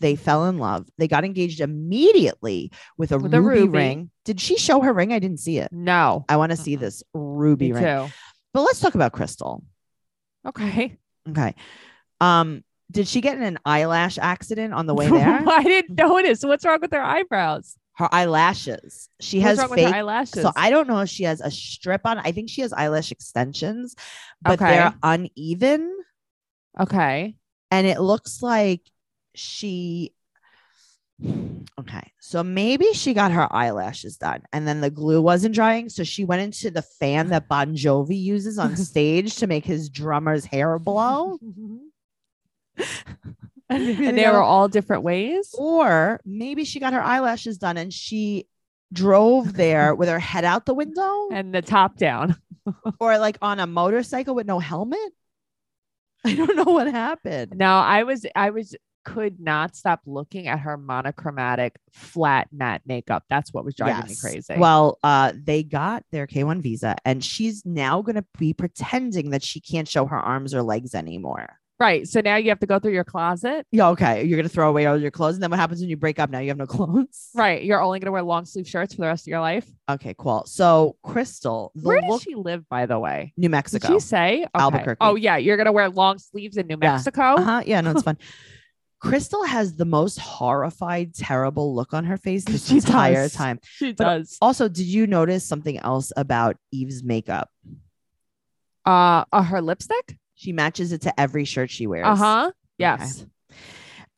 Speaker 2: They fell in love. They got engaged immediately with a
Speaker 3: With a
Speaker 2: ruby,
Speaker 3: ruby.
Speaker 2: ring. Did she show her ring? I didn't see it.
Speaker 3: No.
Speaker 2: I want to see
Speaker 3: Mm-mm.
Speaker 2: this ruby
Speaker 3: Me
Speaker 2: ring.
Speaker 3: too.
Speaker 2: But let's talk about Crystal.
Speaker 3: Okay.
Speaker 2: Okay. Um, Did she get in an eyelash
Speaker 3: (laughs)
Speaker 2: accident on the way there?
Speaker 3: I didn't notice. What's wrong with her eyebrows?
Speaker 2: her eyelashes. She
Speaker 3: What's
Speaker 2: has
Speaker 3: wrong with her
Speaker 2: fake.
Speaker 3: eyelashes?
Speaker 2: So I don't know if she has a strip on. I think she has eyelash extensions, but
Speaker 3: Okay.
Speaker 2: they're uneven.
Speaker 3: okay.
Speaker 2: and it looks like she okay so maybe she got her eyelashes done and then the glue wasn't drying so she went into the fan that bon jovi uses
Speaker 3: (laughs)
Speaker 2: on stage to make his drummer's hair blow
Speaker 3: and they were all different ways.
Speaker 2: or maybe she got her eyelashes done and she drove there with her head out the window
Speaker 3: And the top down.
Speaker 2: or like on a motorcycle with no helmet (laughs) i don't know what happened
Speaker 3: No, I was I was could not stop looking at her monochromatic flat matte makeup. That's what was driving
Speaker 2: Yes.
Speaker 3: me crazy.
Speaker 2: Well, uh, they got their K1 visa, and she's now going to be pretending that she can't show her arms or legs anymore.
Speaker 3: right. So now you have to go through your closet.
Speaker 2: Yeah, okay. You're going to throw away all your clothes. And then what happens when you break up? Now you have no clothes.
Speaker 3: (laughs) Right. You're only gonna wear long sleeve shirts for the rest of your life.
Speaker 2: Okay, cool. So, Crystal, the
Speaker 3: Where does
Speaker 2: look-
Speaker 3: she live, by the way?
Speaker 2: New
Speaker 3: Did
Speaker 2: Mexico.
Speaker 3: she say Okay.
Speaker 2: Albuquerque.
Speaker 3: Oh yeah, you're gonna wear long sleeves in New
Speaker 2: Yeah.
Speaker 3: Mexico.
Speaker 2: Uh-huh.
Speaker 3: (laughs)
Speaker 2: Yeah, no, it's fun. Crystal has the most horrified, terrible look on her face this
Speaker 3: She
Speaker 2: entire
Speaker 3: does.
Speaker 2: time.
Speaker 3: She
Speaker 2: But- uh,
Speaker 3: does.
Speaker 2: Also, did you notice something else about Eve's makeup?
Speaker 3: Uh, uh her lipstick.
Speaker 2: She matches it to every shirt she wears.
Speaker 3: Uh huh. Yes.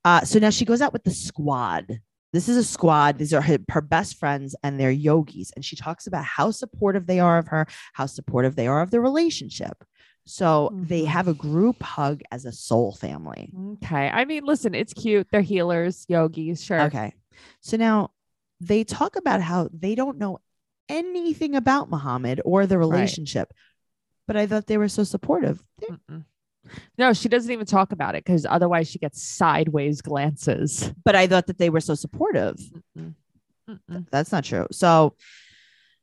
Speaker 2: Uh, so now she goes out with the squad. This is a squad. These are her, her best friends and they're yogis. And she talks about how supportive they are of her, how supportive they are of their relationship. So they
Speaker 3: Mhm.
Speaker 2: have a group hug as a soul family.
Speaker 3: Okay. I mean, listen, it's cute. They're healers, yogis, sure.
Speaker 2: Okay. So now they talk about how they don't know anything about Muhammad or the relationship, but I thought they were so supportive. They're-
Speaker 3: Mm-mm. No, she doesn't even talk about it because otherwise she gets sideways glances.
Speaker 2: But I thought that they were so supportive.
Speaker 3: Mm-mm. Mm-mm.
Speaker 2: That's not true. So (sighs)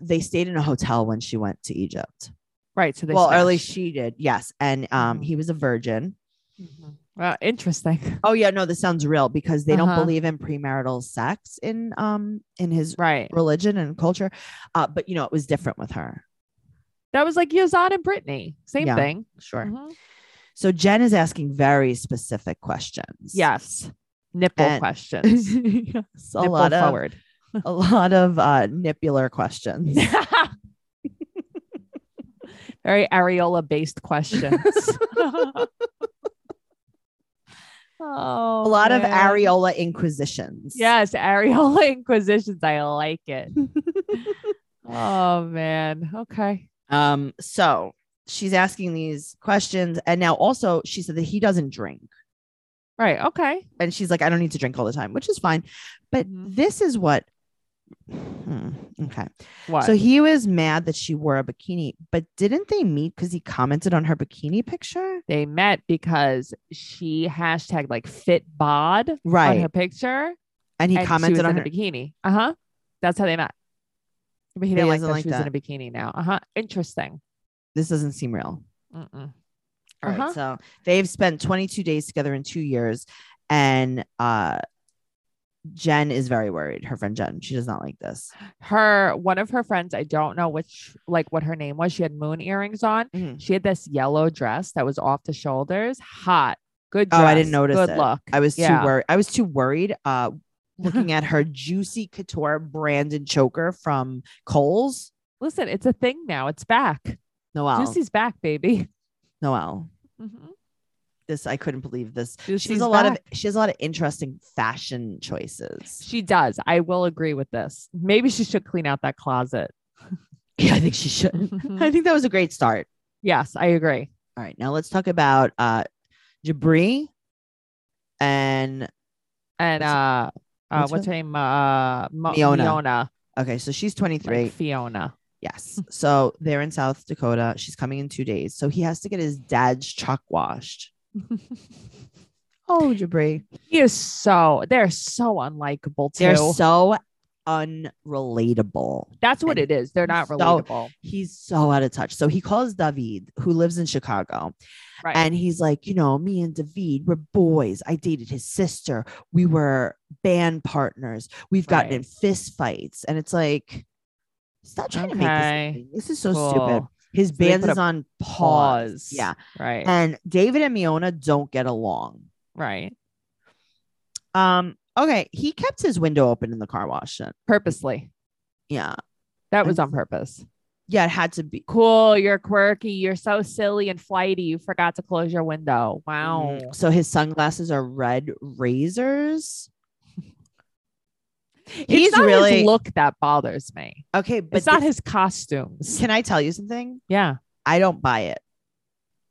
Speaker 2: they stayed in a hotel when she went to Egypt.
Speaker 3: Right. So they
Speaker 2: well, or at
Speaker 3: smashed.
Speaker 2: least she did. Yes. And um,
Speaker 3: Mhm.
Speaker 2: he was a virgin.
Speaker 3: Mhm. Well, interesting. (laughs)
Speaker 2: Oh yeah, no, this sounds real because they
Speaker 3: Uh-huh.
Speaker 2: don't believe in premarital sex in um in his
Speaker 3: Right.
Speaker 2: religion and culture. Uh, but you know, it was different with her.
Speaker 3: That was like Yazan and Brittany. Same
Speaker 2: Yeah.
Speaker 3: thing.
Speaker 2: Sure.
Speaker 3: Mhm.
Speaker 2: Mm-hmm. So Jen is asking very specific questions.
Speaker 3: Yes. Nipple
Speaker 2: And-
Speaker 3: questions. (laughs)
Speaker 2: yes, (laughs) a
Speaker 3: Nipple
Speaker 2: lot of (laughs)
Speaker 3: forward. (laughs)
Speaker 2: a lot of uh nipular questions.
Speaker 3: Very areola based questions.
Speaker 2: (laughs)
Speaker 3: oh,
Speaker 2: A
Speaker 3: (laughs)
Speaker 2: lot of
Speaker 3: man.
Speaker 2: areola inquisitions.
Speaker 3: Yes, areola (laughs) inquisitions. I like
Speaker 2: (laughs)
Speaker 3: it. oh man. Okay.
Speaker 2: Um, so she's asking these questions, and now also she said that he doesn't drink.
Speaker 3: Right. Okay.
Speaker 2: and she's like, I don't need to drink all the time, which is fine. But
Speaker 3: Mhm.
Speaker 2: this is what. Hmm, okay.
Speaker 3: What?
Speaker 2: So he was mad that she wore a bikini, but didn't they meet because he commented on her bikini picture?
Speaker 3: they met because she hashtagged like fit bod on
Speaker 2: Right.
Speaker 3: her picture.
Speaker 2: and
Speaker 3: and
Speaker 2: he
Speaker 3: she was
Speaker 2: commented
Speaker 3: in
Speaker 2: on
Speaker 3: a
Speaker 2: her.
Speaker 3: bikini. Uh huh. That's how they met. But he
Speaker 2: But
Speaker 3: didn't
Speaker 2: he
Speaker 3: like
Speaker 2: doesn't
Speaker 3: that
Speaker 2: like
Speaker 3: she was in a bikini now. Uh huh. Interesting.
Speaker 2: This doesn't seem real.
Speaker 3: Mm-mm.
Speaker 2: All right,
Speaker 3: Uh-huh.
Speaker 2: So they've spent 22 days together in two years. And uh, Jen is very worried. Her friend Jen, she does not like this.
Speaker 3: Her one of her friends, I don't know which, like what her name was. She had moon earrings on.
Speaker 2: Mhm.
Speaker 3: She had this yellow dress that was off the shoulders. Hot, good.
Speaker 2: Oh,
Speaker 3: Dress.
Speaker 2: I didn't notice
Speaker 3: Good
Speaker 2: it.
Speaker 3: look.
Speaker 2: I was
Speaker 3: Yeah.
Speaker 2: too worried. I was too worried. (laughs) Uh, looking at her juicy couture brand and choker from Kohl's.
Speaker 3: (laughs) Listen, it's a thing now. It's back.
Speaker 2: Noelle,
Speaker 3: Juicy's back, baby. (laughs)
Speaker 2: Noelle.
Speaker 3: Mhm.
Speaker 2: This I couldn't believe this. She
Speaker 3: Juicy's
Speaker 2: has a lot
Speaker 3: back.
Speaker 2: of she has a lot of interesting fashion choices.
Speaker 3: She does. I will agree with this. Maybe she should clean out that closet.
Speaker 2: (laughs) Yeah, I think she should. I
Speaker 3: Mhm.
Speaker 2: think that was a great start.
Speaker 3: (laughs) yes, I agree.
Speaker 2: All right, now let's talk about uh Jabri and
Speaker 3: And uh, uh
Speaker 2: what's
Speaker 3: what's
Speaker 2: her-
Speaker 3: her name? Uh, Mo-
Speaker 2: Fiona.
Speaker 3: Fiona.
Speaker 2: okay, so she's
Speaker 3: Like
Speaker 2: 23.
Speaker 3: Fiona.
Speaker 2: (laughs) Yes. So they're in South Dakota. She's coming in two days. So he has to get his dad's chalk washed. Oh, Jabri.
Speaker 3: he is so they're so unlikable too.
Speaker 2: They're so unrelatable.
Speaker 3: That's what it is. They're not
Speaker 2: so-
Speaker 3: relatable.
Speaker 2: He's so out of touch. So he calls David, who lives in Chicago,
Speaker 3: right.
Speaker 2: and he's like, you know, me and David were boys. I dated his sister. We were band partners. We've gotten
Speaker 3: Right.
Speaker 2: in fist fights. And it's like, stop trying to make this. a
Speaker 3: Okay.
Speaker 2: thing. This is so
Speaker 3: Cool.
Speaker 2: stupid. His
Speaker 3: they
Speaker 2: band
Speaker 3: put
Speaker 2: is
Speaker 3: a
Speaker 2: on pause.
Speaker 3: Pause.
Speaker 2: Yeah.
Speaker 3: Right.
Speaker 2: And David and Miona don't get along.
Speaker 3: right.
Speaker 2: Um, okay. He kept his window open in the car wash. then.
Speaker 3: Purposely.
Speaker 2: Yeah.
Speaker 3: That was on purpose.
Speaker 2: Yeah, it had to be.
Speaker 3: Cool. You're quirky. You're so silly and flighty. You forgot to close your window. Wow.
Speaker 2: Mm, So his sunglasses are red razors. He's
Speaker 3: it's not
Speaker 2: really
Speaker 3: his look that bothers me.
Speaker 2: okay, but
Speaker 3: it's not
Speaker 2: this-
Speaker 3: his costumes.
Speaker 2: Can I tell you something?
Speaker 3: Yeah.
Speaker 2: I don't buy it.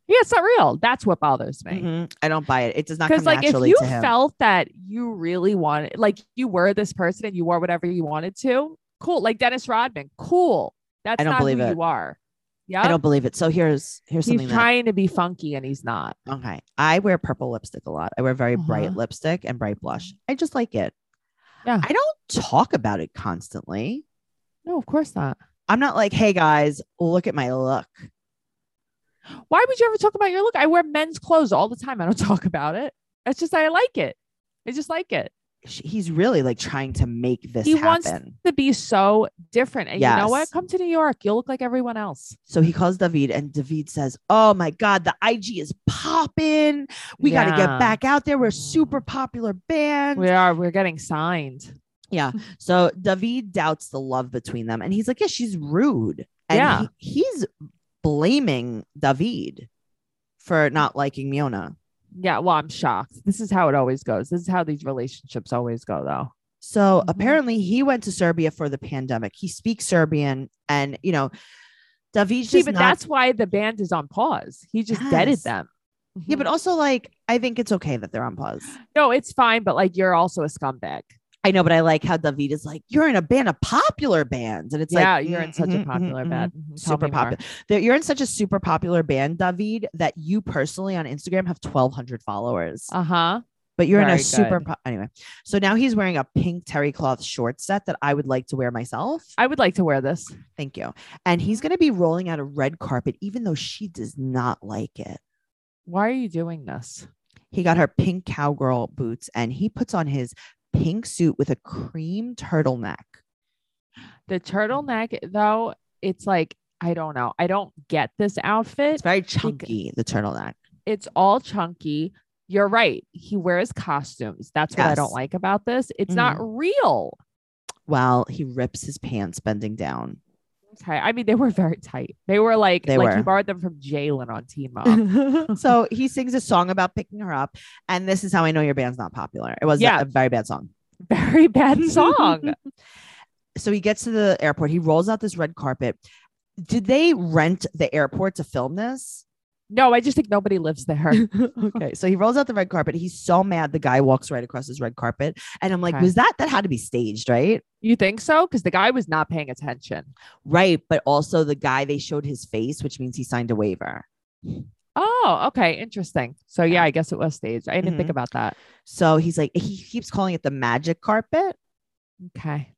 Speaker 3: Yeah, it's not real. That's what bothers me.
Speaker 2: Mhm. I don't buy it. It does not come
Speaker 3: Because Mm-hmm. like if
Speaker 2: naturally
Speaker 3: you
Speaker 2: to him.
Speaker 3: felt that you really wanted like you were this person and you wore whatever you wanted to, cool. Like Dennis Rodman, cool. That's
Speaker 2: don't
Speaker 3: not
Speaker 2: believe
Speaker 3: who
Speaker 2: it.
Speaker 3: you are. Yeah.
Speaker 2: I don't believe it. So here's here's
Speaker 3: He's
Speaker 2: something that
Speaker 3: trying to be funky and he's not.
Speaker 2: okay. I wear purple lipstick a lot. I wear very bright
Speaker 3: Uh-huh. Mm-hmm.
Speaker 2: lipstick and bright blush. I just like it.
Speaker 3: Yeah.
Speaker 2: I don't talk about it constantly.
Speaker 3: No, of course not.
Speaker 2: I'm not like, hey guys, look at my look.
Speaker 3: Why would you ever talk about your look? I wear men's clothes all the time. I don't (laughs) talk about it. That's just I like it. I just like it.
Speaker 2: Sh- He's really like trying to make this
Speaker 3: He wants-
Speaker 2: happen.
Speaker 3: To be so different. And you know
Speaker 2: Yes.
Speaker 3: what? Come to New York. You'll look like everyone else.
Speaker 2: So he calls David, and David says, "Oh my God, the IG is popping. We got to get
Speaker 3: Yeah.
Speaker 2: back out there. We're a
Speaker 3: Mm.
Speaker 2: super popular band."
Speaker 3: We are we're getting signed.
Speaker 2: so David doubts the love between them, and he's like, "Yeah, she's rude." And
Speaker 3: Yeah.
Speaker 2: he- he's blaming David for not liking Miona.
Speaker 3: Yeah, well, I'm shocked. This is how it always goes. This is how these relationships always go, though.
Speaker 2: So
Speaker 3: Mhm.
Speaker 2: apparently, he went to Serbia for the pandemic. He speaks Serbian, and you know, David
Speaker 3: See,
Speaker 2: just
Speaker 3: but
Speaker 2: not.
Speaker 3: that's why the band is on pause. He just deaded
Speaker 2: Yes.
Speaker 3: them.
Speaker 2: yeah, but also like, I think it's okay that they're on pause.
Speaker 3: no, it's fine. But like, you're also a scumbag.
Speaker 2: I know, but I like how David is like, you're in a band, a popular band. And it's
Speaker 3: yeah,
Speaker 2: like,
Speaker 3: you're in
Speaker 2: (laughs)
Speaker 3: such a
Speaker 2: "Mhm, mhm,
Speaker 3: popular
Speaker 2: mhm,
Speaker 3: band.
Speaker 2: mhm,
Speaker 3: Mhm, tell
Speaker 2: Super
Speaker 3: me more.
Speaker 2: popular. That You're in such a super popular band, David, that you personally on Instagram have 1,200 followers,
Speaker 3: Uh huh.
Speaker 2: but you're in a
Speaker 3: very
Speaker 2: super.
Speaker 3: good.
Speaker 2: Po- anyway, so now he's wearing a pink terry cloth short set that I would like to wear myself.
Speaker 3: I would like to wear this.
Speaker 2: Thank you. And he's going to be rolling out a red carpet, even though she does not like it.
Speaker 3: Why are you doing this?
Speaker 2: He got her pink cowgirl boots and he puts on his pink suit with a cream turtleneck.
Speaker 3: The turtleneck, though, it's like I don't know. I don't get this outfit.
Speaker 2: It's very chunky, the turtleneck.
Speaker 3: it's all chunky. You're right. He wears costumes. That's what I don't
Speaker 2: Yes. Mm-hmm.
Speaker 3: like about this. It's not real.
Speaker 2: while he rips his pants bending down.
Speaker 3: Okay. I mean, they were very tight. They were like,
Speaker 2: They
Speaker 3: like he
Speaker 2: were.
Speaker 3: borrowed them from Jalen on Teen Mom.
Speaker 2: (laughs) so he sings a song about picking her up. And this is how I know your band's not popular. It was a-
Speaker 3: Yeah.
Speaker 2: a very bad song.
Speaker 3: very
Speaker 2: (laughs)
Speaker 3: bad song.
Speaker 2: So he gets to the airport. He rolls out this red carpet. Did they rent the airport to film this?
Speaker 3: no, I just think nobody lives there.
Speaker 2: okay. So he rolls out the red carpet. He's so mad. The guy walks right across his red carpet. And I'm like,
Speaker 3: Okay.
Speaker 2: was that? That had to be staged, right?
Speaker 3: You think so? Because the guy was not paying attention.
Speaker 2: Right. But also, the guy, they showed his face, which means he signed a waiver.
Speaker 3: Oh, okay. Interesting. So yeah, I guess it was staged. I didn't
Speaker 2: Mm-hmm.
Speaker 3: think about that.
Speaker 2: So he's like, he keeps calling it the magic carpet.
Speaker 3: Okay.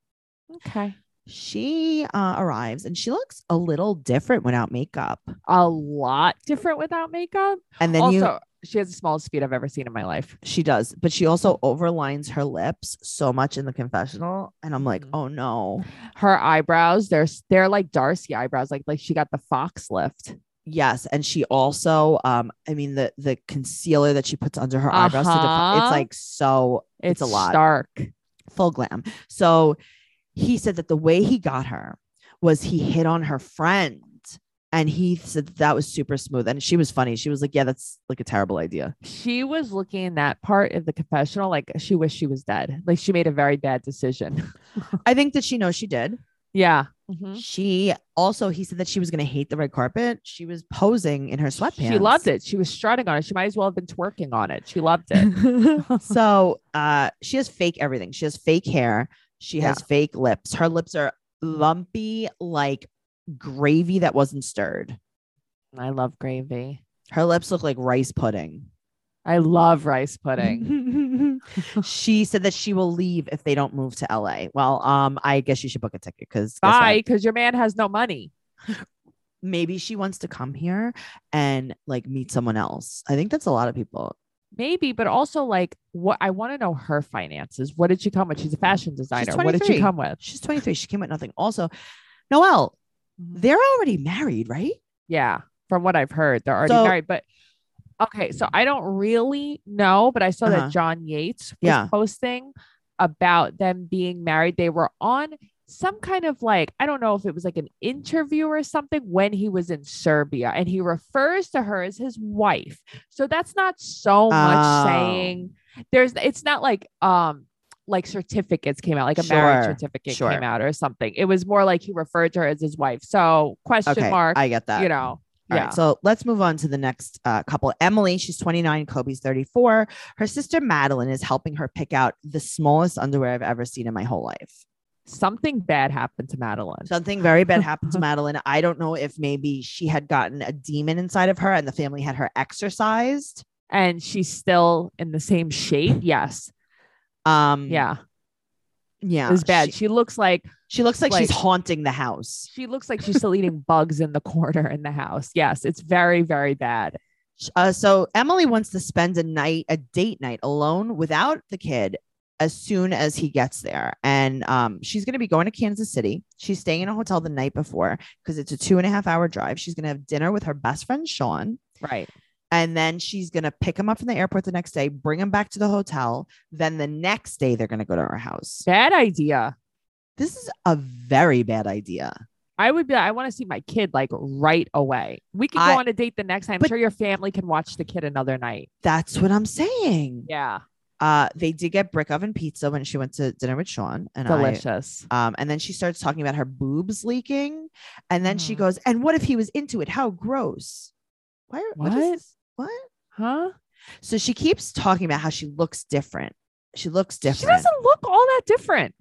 Speaker 3: Okay.
Speaker 2: she uh, arrives and she looks a little different without makeup.
Speaker 3: A lot different without makeup.
Speaker 2: And then
Speaker 3: also,
Speaker 2: you,
Speaker 3: she has the smallest feet I've ever seen in my life.
Speaker 2: she does, but she also overlines her lips so much in the confessional. And I'm like,
Speaker 3: Mhm.
Speaker 2: oh no.
Speaker 3: Her eyebrows, they're s- they're like Darcy eyebrows, like like she got the fox lift.
Speaker 2: Yes. And she also, um, I mean, the the concealer that she puts under her eyebrows, to defi- it's
Speaker 3: Uh-huh.
Speaker 2: like so
Speaker 3: It's,
Speaker 2: a lot.
Speaker 3: Stark.
Speaker 2: full glam. So he said that the way he got her was he hit on her friend. And he said that, that was super smooth. And she was funny. She was like, yeah, that's like a terrible idea.
Speaker 3: She was looking in that part of the confessional like she wished she was dead. Like she made a very bad decision. (laughs)
Speaker 2: I think that she knows she did.
Speaker 3: Mm-hmm. yeah.
Speaker 2: She also, he said that she was going to hate the red carpet. She was posing in her sweatpants.
Speaker 3: She loved it. She was strutting on it. She might as well have been twerking on it. She loved (laughs) it.
Speaker 2: So uh, she has fake everything. She has fake hair. She
Speaker 3: Yeah.
Speaker 2: has fake lips. Her lips are lumpy, like gravy that wasn't stirred.
Speaker 3: I love gravy.
Speaker 2: Her lips look like rice pudding.
Speaker 3: I love rice (laughs) pudding.
Speaker 2: Pudding. (laughs) she said that she will leave if they don't move to LA. Well, um, I guess you should book a ticket because
Speaker 3: Bye, because your man has no money.
Speaker 2: maybe she wants to come here and like meet someone else. I think that's a lot of people.
Speaker 3: Maybe, but also like what I want to know her finances. What did she come with? She's a fashion designer. What did
Speaker 2: 23.
Speaker 3: she come with?
Speaker 2: She's 23. She came with nothing. Also, Noelle,
Speaker 3: Mhm.
Speaker 2: they're already married, right?
Speaker 3: Yeah. From what I've heard, they're already
Speaker 2: So-
Speaker 3: married. But okay, so I don't really know, but I saw
Speaker 2: Uh-huh.
Speaker 3: that John Yates was
Speaker 2: Yeah.
Speaker 3: posting about them being married. They were on some kind of like, I don't know if it was like an interview or something when he was in Serbia, and he refers to her as his wife. So that's not so much
Speaker 2: Oh.
Speaker 3: saying there's it's not like um like certificates came out, like a marriage
Speaker 2: Sure,
Speaker 3: certificate
Speaker 2: sure.
Speaker 3: came out or something. It was more like he referred to her as his wife. So question
Speaker 2: Okay,
Speaker 3: mark,
Speaker 2: I get that.
Speaker 3: you know,
Speaker 2: All right,
Speaker 3: yeah.
Speaker 2: so let's move on to the next uh, couple. Emily, she's 29, Kobe's 34. Her sister Madeline is helping her pick out the smallest underwear I've ever seen in my whole life.
Speaker 3: something bad happened to Madeline.
Speaker 2: Something
Speaker 3: (laughs)
Speaker 2: very bad happened to Madeline. I don't know if maybe she had gotten a demon inside of her and the family had her exorcised.
Speaker 3: and she's still in the same shape. Yes.
Speaker 2: Um,
Speaker 3: Yeah.
Speaker 2: yeah,
Speaker 3: It was bad.
Speaker 2: She,
Speaker 3: She, looks like
Speaker 2: she looks like, she's
Speaker 3: Like-
Speaker 2: haunting the house.
Speaker 3: she looks like she's still
Speaker 2: (laughs)
Speaker 3: eating bugs in the corner in the house. Yes. It's very, very bad.
Speaker 2: Uh, so Emily wants to spend a night, a date night alone without the kid as soon as he gets there. And um, she's going to be going to Kansas City. She's staying in a hotel the night before because it's a two and a half hour drive. She's going to have dinner with her best friend, Sean.
Speaker 3: Right.
Speaker 2: And then she's going to pick him up from the airport the next day, bring him back to the hotel. Then the next day, they're going to go to her house.
Speaker 3: Bad idea.
Speaker 2: This is a very bad idea.
Speaker 3: I would be like, I want to see my kid like right away. We can go
Speaker 2: I-
Speaker 3: on a date the next time. I'm
Speaker 2: but-
Speaker 3: sure your family can watch the kid another night.
Speaker 2: That's what I'm saying.
Speaker 3: Yeah.
Speaker 2: Uh, they did get brick oven pizza when she went to dinner with Sean. And I,
Speaker 3: Delicious.
Speaker 2: Um, and then she starts talking about her boobs leaking. And then she
Speaker 3: Mhm.
Speaker 2: goes, And what if he was into it? How gross. Why are, what?
Speaker 3: What?
Speaker 2: is this? what?
Speaker 3: Huh?
Speaker 2: So she keeps talking about how she looks different. She looks different.
Speaker 3: She doesn't look all that different.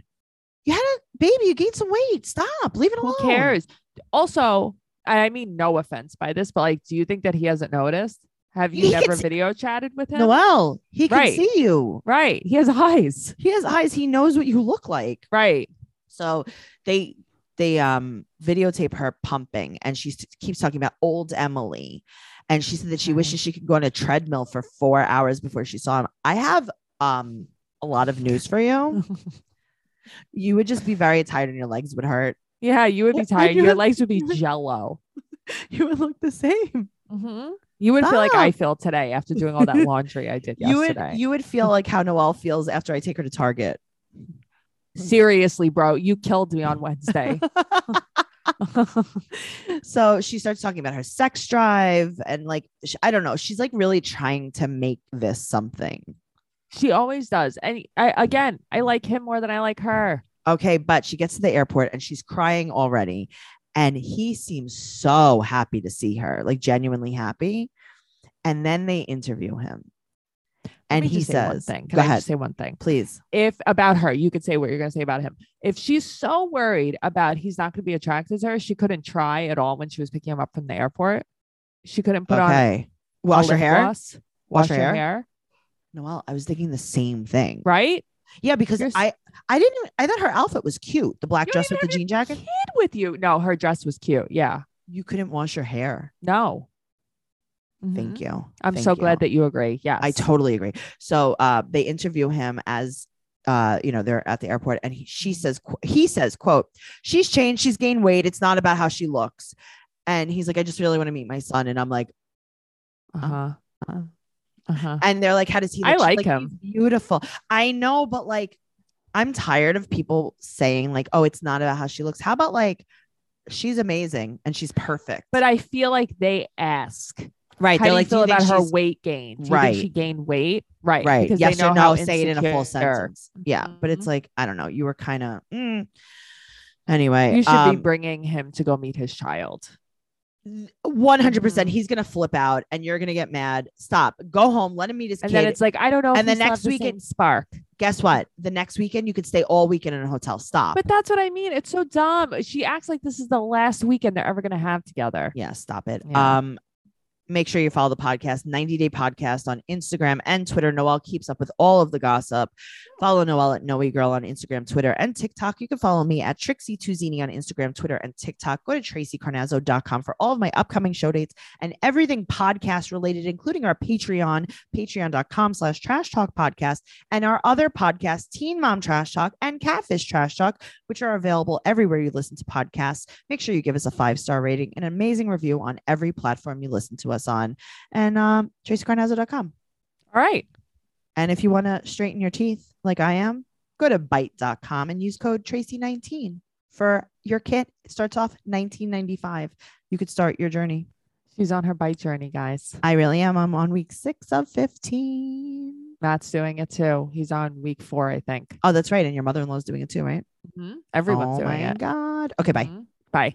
Speaker 2: you had a baby, you gained some weight. Stop. Leave it
Speaker 3: Who
Speaker 2: alone.
Speaker 3: cares? Also, and I mean, no offense by this, but like, do you think that he hasn't noticed? Have you
Speaker 2: He can
Speaker 3: never
Speaker 2: see-
Speaker 3: video chatted with him?
Speaker 2: Noel, he can
Speaker 3: Right.
Speaker 2: see you.
Speaker 3: Right. He has eyes.
Speaker 2: He has eyes. He knows what you look like.
Speaker 3: Right.
Speaker 2: So they they um videotape her pumping and she s- keeps talking about old Emily. And she said that she
Speaker 3: Okay.
Speaker 2: wishes she could go on a treadmill for four hours before she saw him. I have um a lot of news for (laughs) you. you would just be very tired and your legs would hurt.
Speaker 3: Yeah. You would
Speaker 2: Yeah,
Speaker 3: be
Speaker 2: and
Speaker 3: tired.
Speaker 2: you
Speaker 3: Your
Speaker 2: would-
Speaker 3: legs
Speaker 2: (laughs)
Speaker 3: would be
Speaker 2: you would-
Speaker 3: jello.
Speaker 2: You would look the same. Mm-hmm.
Speaker 3: Mhm. You would feel like I
Speaker 2: Stop.
Speaker 3: feel today after doing
Speaker 2: (laughs)
Speaker 3: all that laundry I did
Speaker 2: Ah. You would
Speaker 3: yesterday.
Speaker 2: you would feel like how Noelle feels after I take her to Target.
Speaker 3: Seriously, bro, you killed me on
Speaker 2: (laughs)
Speaker 3: Wednesday.
Speaker 2: so she starts talking about her sex drive and like sh- I don't know, she's like really trying to make this something.
Speaker 3: she always does. And I, again, I like him more than I like her.
Speaker 2: Okay, but she gets to the airport and she's crying already. And he seems so happy to see her, like genuinely happy. And then they interview him.
Speaker 3: Let
Speaker 2: And
Speaker 3: me
Speaker 2: he
Speaker 3: just say one
Speaker 2: says,
Speaker 3: thing. Can
Speaker 2: Go
Speaker 3: I
Speaker 2: ahead,
Speaker 3: just say one thing?
Speaker 2: please.
Speaker 3: if about her, you could say what you're going to say about him. If she's so worried about he's not going to be attracted to her, she couldn't try at all when she was picking him up from the airport. She couldn't put on
Speaker 2: okay.
Speaker 3: a
Speaker 2: Wash your
Speaker 3: lip
Speaker 2: hair.
Speaker 3: gloss, wash, her hair.
Speaker 2: Noelle, I was thinking the same thing.
Speaker 3: right?
Speaker 2: Yeah, because
Speaker 3: You're s-
Speaker 2: I I didn't even- I thought her outfit was cute. The black
Speaker 3: You
Speaker 2: dress
Speaker 3: don't
Speaker 2: with the
Speaker 3: even
Speaker 2: jean
Speaker 3: have a
Speaker 2: jacket.
Speaker 3: Kid with you? No, her dress was cute. Yeah,
Speaker 2: You couldn't wash your hair.
Speaker 3: no. Mhm.
Speaker 2: Thank you.
Speaker 3: I'm
Speaker 2: Thank
Speaker 3: so
Speaker 2: you.
Speaker 3: glad that you agree. Yes,
Speaker 2: I totally agree. So uh, they interview him as uh, you know they're at the airport, and he,
Speaker 3: Mm-hmm.
Speaker 2: she says qu- he says quote She's changed. She's gained weight. It's not about how she looks. And he's like, I just really want to meet my son. And I'm like,
Speaker 3: Uh huh.
Speaker 2: Uh-huh.
Speaker 3: Uh huh.
Speaker 2: and they're like, how does he?
Speaker 3: I
Speaker 2: Look? She's
Speaker 3: like
Speaker 2: "He's
Speaker 3: him."
Speaker 2: Beautiful. I know, but like, I'm tired of people saying like, oh, it's not about how she looks. How about like, she's amazing and she's perfect.
Speaker 3: But I feel like they ask,
Speaker 2: right,
Speaker 3: how do
Speaker 2: they're
Speaker 3: you
Speaker 2: like, do
Speaker 3: feel
Speaker 2: you think
Speaker 3: about her
Speaker 2: she's-
Speaker 3: weight gain? Do you think
Speaker 2: Right.
Speaker 3: she gained weight, right?
Speaker 2: Right.
Speaker 3: Because
Speaker 2: yes
Speaker 3: they know
Speaker 2: or no.
Speaker 3: how
Speaker 2: say it in a full sentence. Yeah. But
Speaker 3: Mhm.
Speaker 2: it's like, I don't know. You were kind of. Mm. Anyway,
Speaker 3: You should
Speaker 2: um,
Speaker 3: be bringing him to go meet his child. Mhm.
Speaker 2: 100%. He's going to flip out and you're going to get mad. Stop. Go home. Let him meet his
Speaker 3: And
Speaker 2: kid.
Speaker 3: then it's like, I don't know. if
Speaker 2: And the
Speaker 3: we still
Speaker 2: next
Speaker 3: have the
Speaker 2: weekend-
Speaker 3: same spark.
Speaker 2: Guess what? The next weekend, you could stay all weekend in a hotel. Stop.
Speaker 3: But that's what I mean. It's so dumb. She acts like this is the last weekend they're ever going to have together.
Speaker 2: yeah, stop it.
Speaker 3: Yeah.
Speaker 2: Um, Make sure you follow the podcast, 90 Day Podcast on Instagram and Twitter. Noel keeps up with all of the gossip. Follow Noel at Noe Girl on Instagram, Twitter, and TikTok. You can follow me at Trixie Tuzini on Instagram, Twitter, and TikTok. Go to TracyCarnazzo.com for all of my upcoming show dates and everything podcast related, including our Patreon, patreon.com slash trash talk podcast, and our other podcasts, Teen Mom Trash Talk and Catfish Trash Talk, which are available everywhere you listen to podcasts. Make sure you give us a five star rating, an amazing review on every platform you listen to us on, and um, tracycarnazzo.com.
Speaker 3: All right.
Speaker 2: And if you want to straighten your teeth like I am, go to bite.com and use code Tracy19 for your kit. It starts off 1995. You could start your journey.
Speaker 3: She's on her bite journey, guys.
Speaker 2: I really am. I'm on week six of 15.
Speaker 3: Matt's doing it too. He's on week four, I think.
Speaker 2: Oh, that's right. And your mother in law is doing it too, right?
Speaker 3: Everyone's
Speaker 2: oh
Speaker 3: doing
Speaker 2: my
Speaker 3: it.
Speaker 2: God. Okay, bye.
Speaker 3: Mhm. Bye.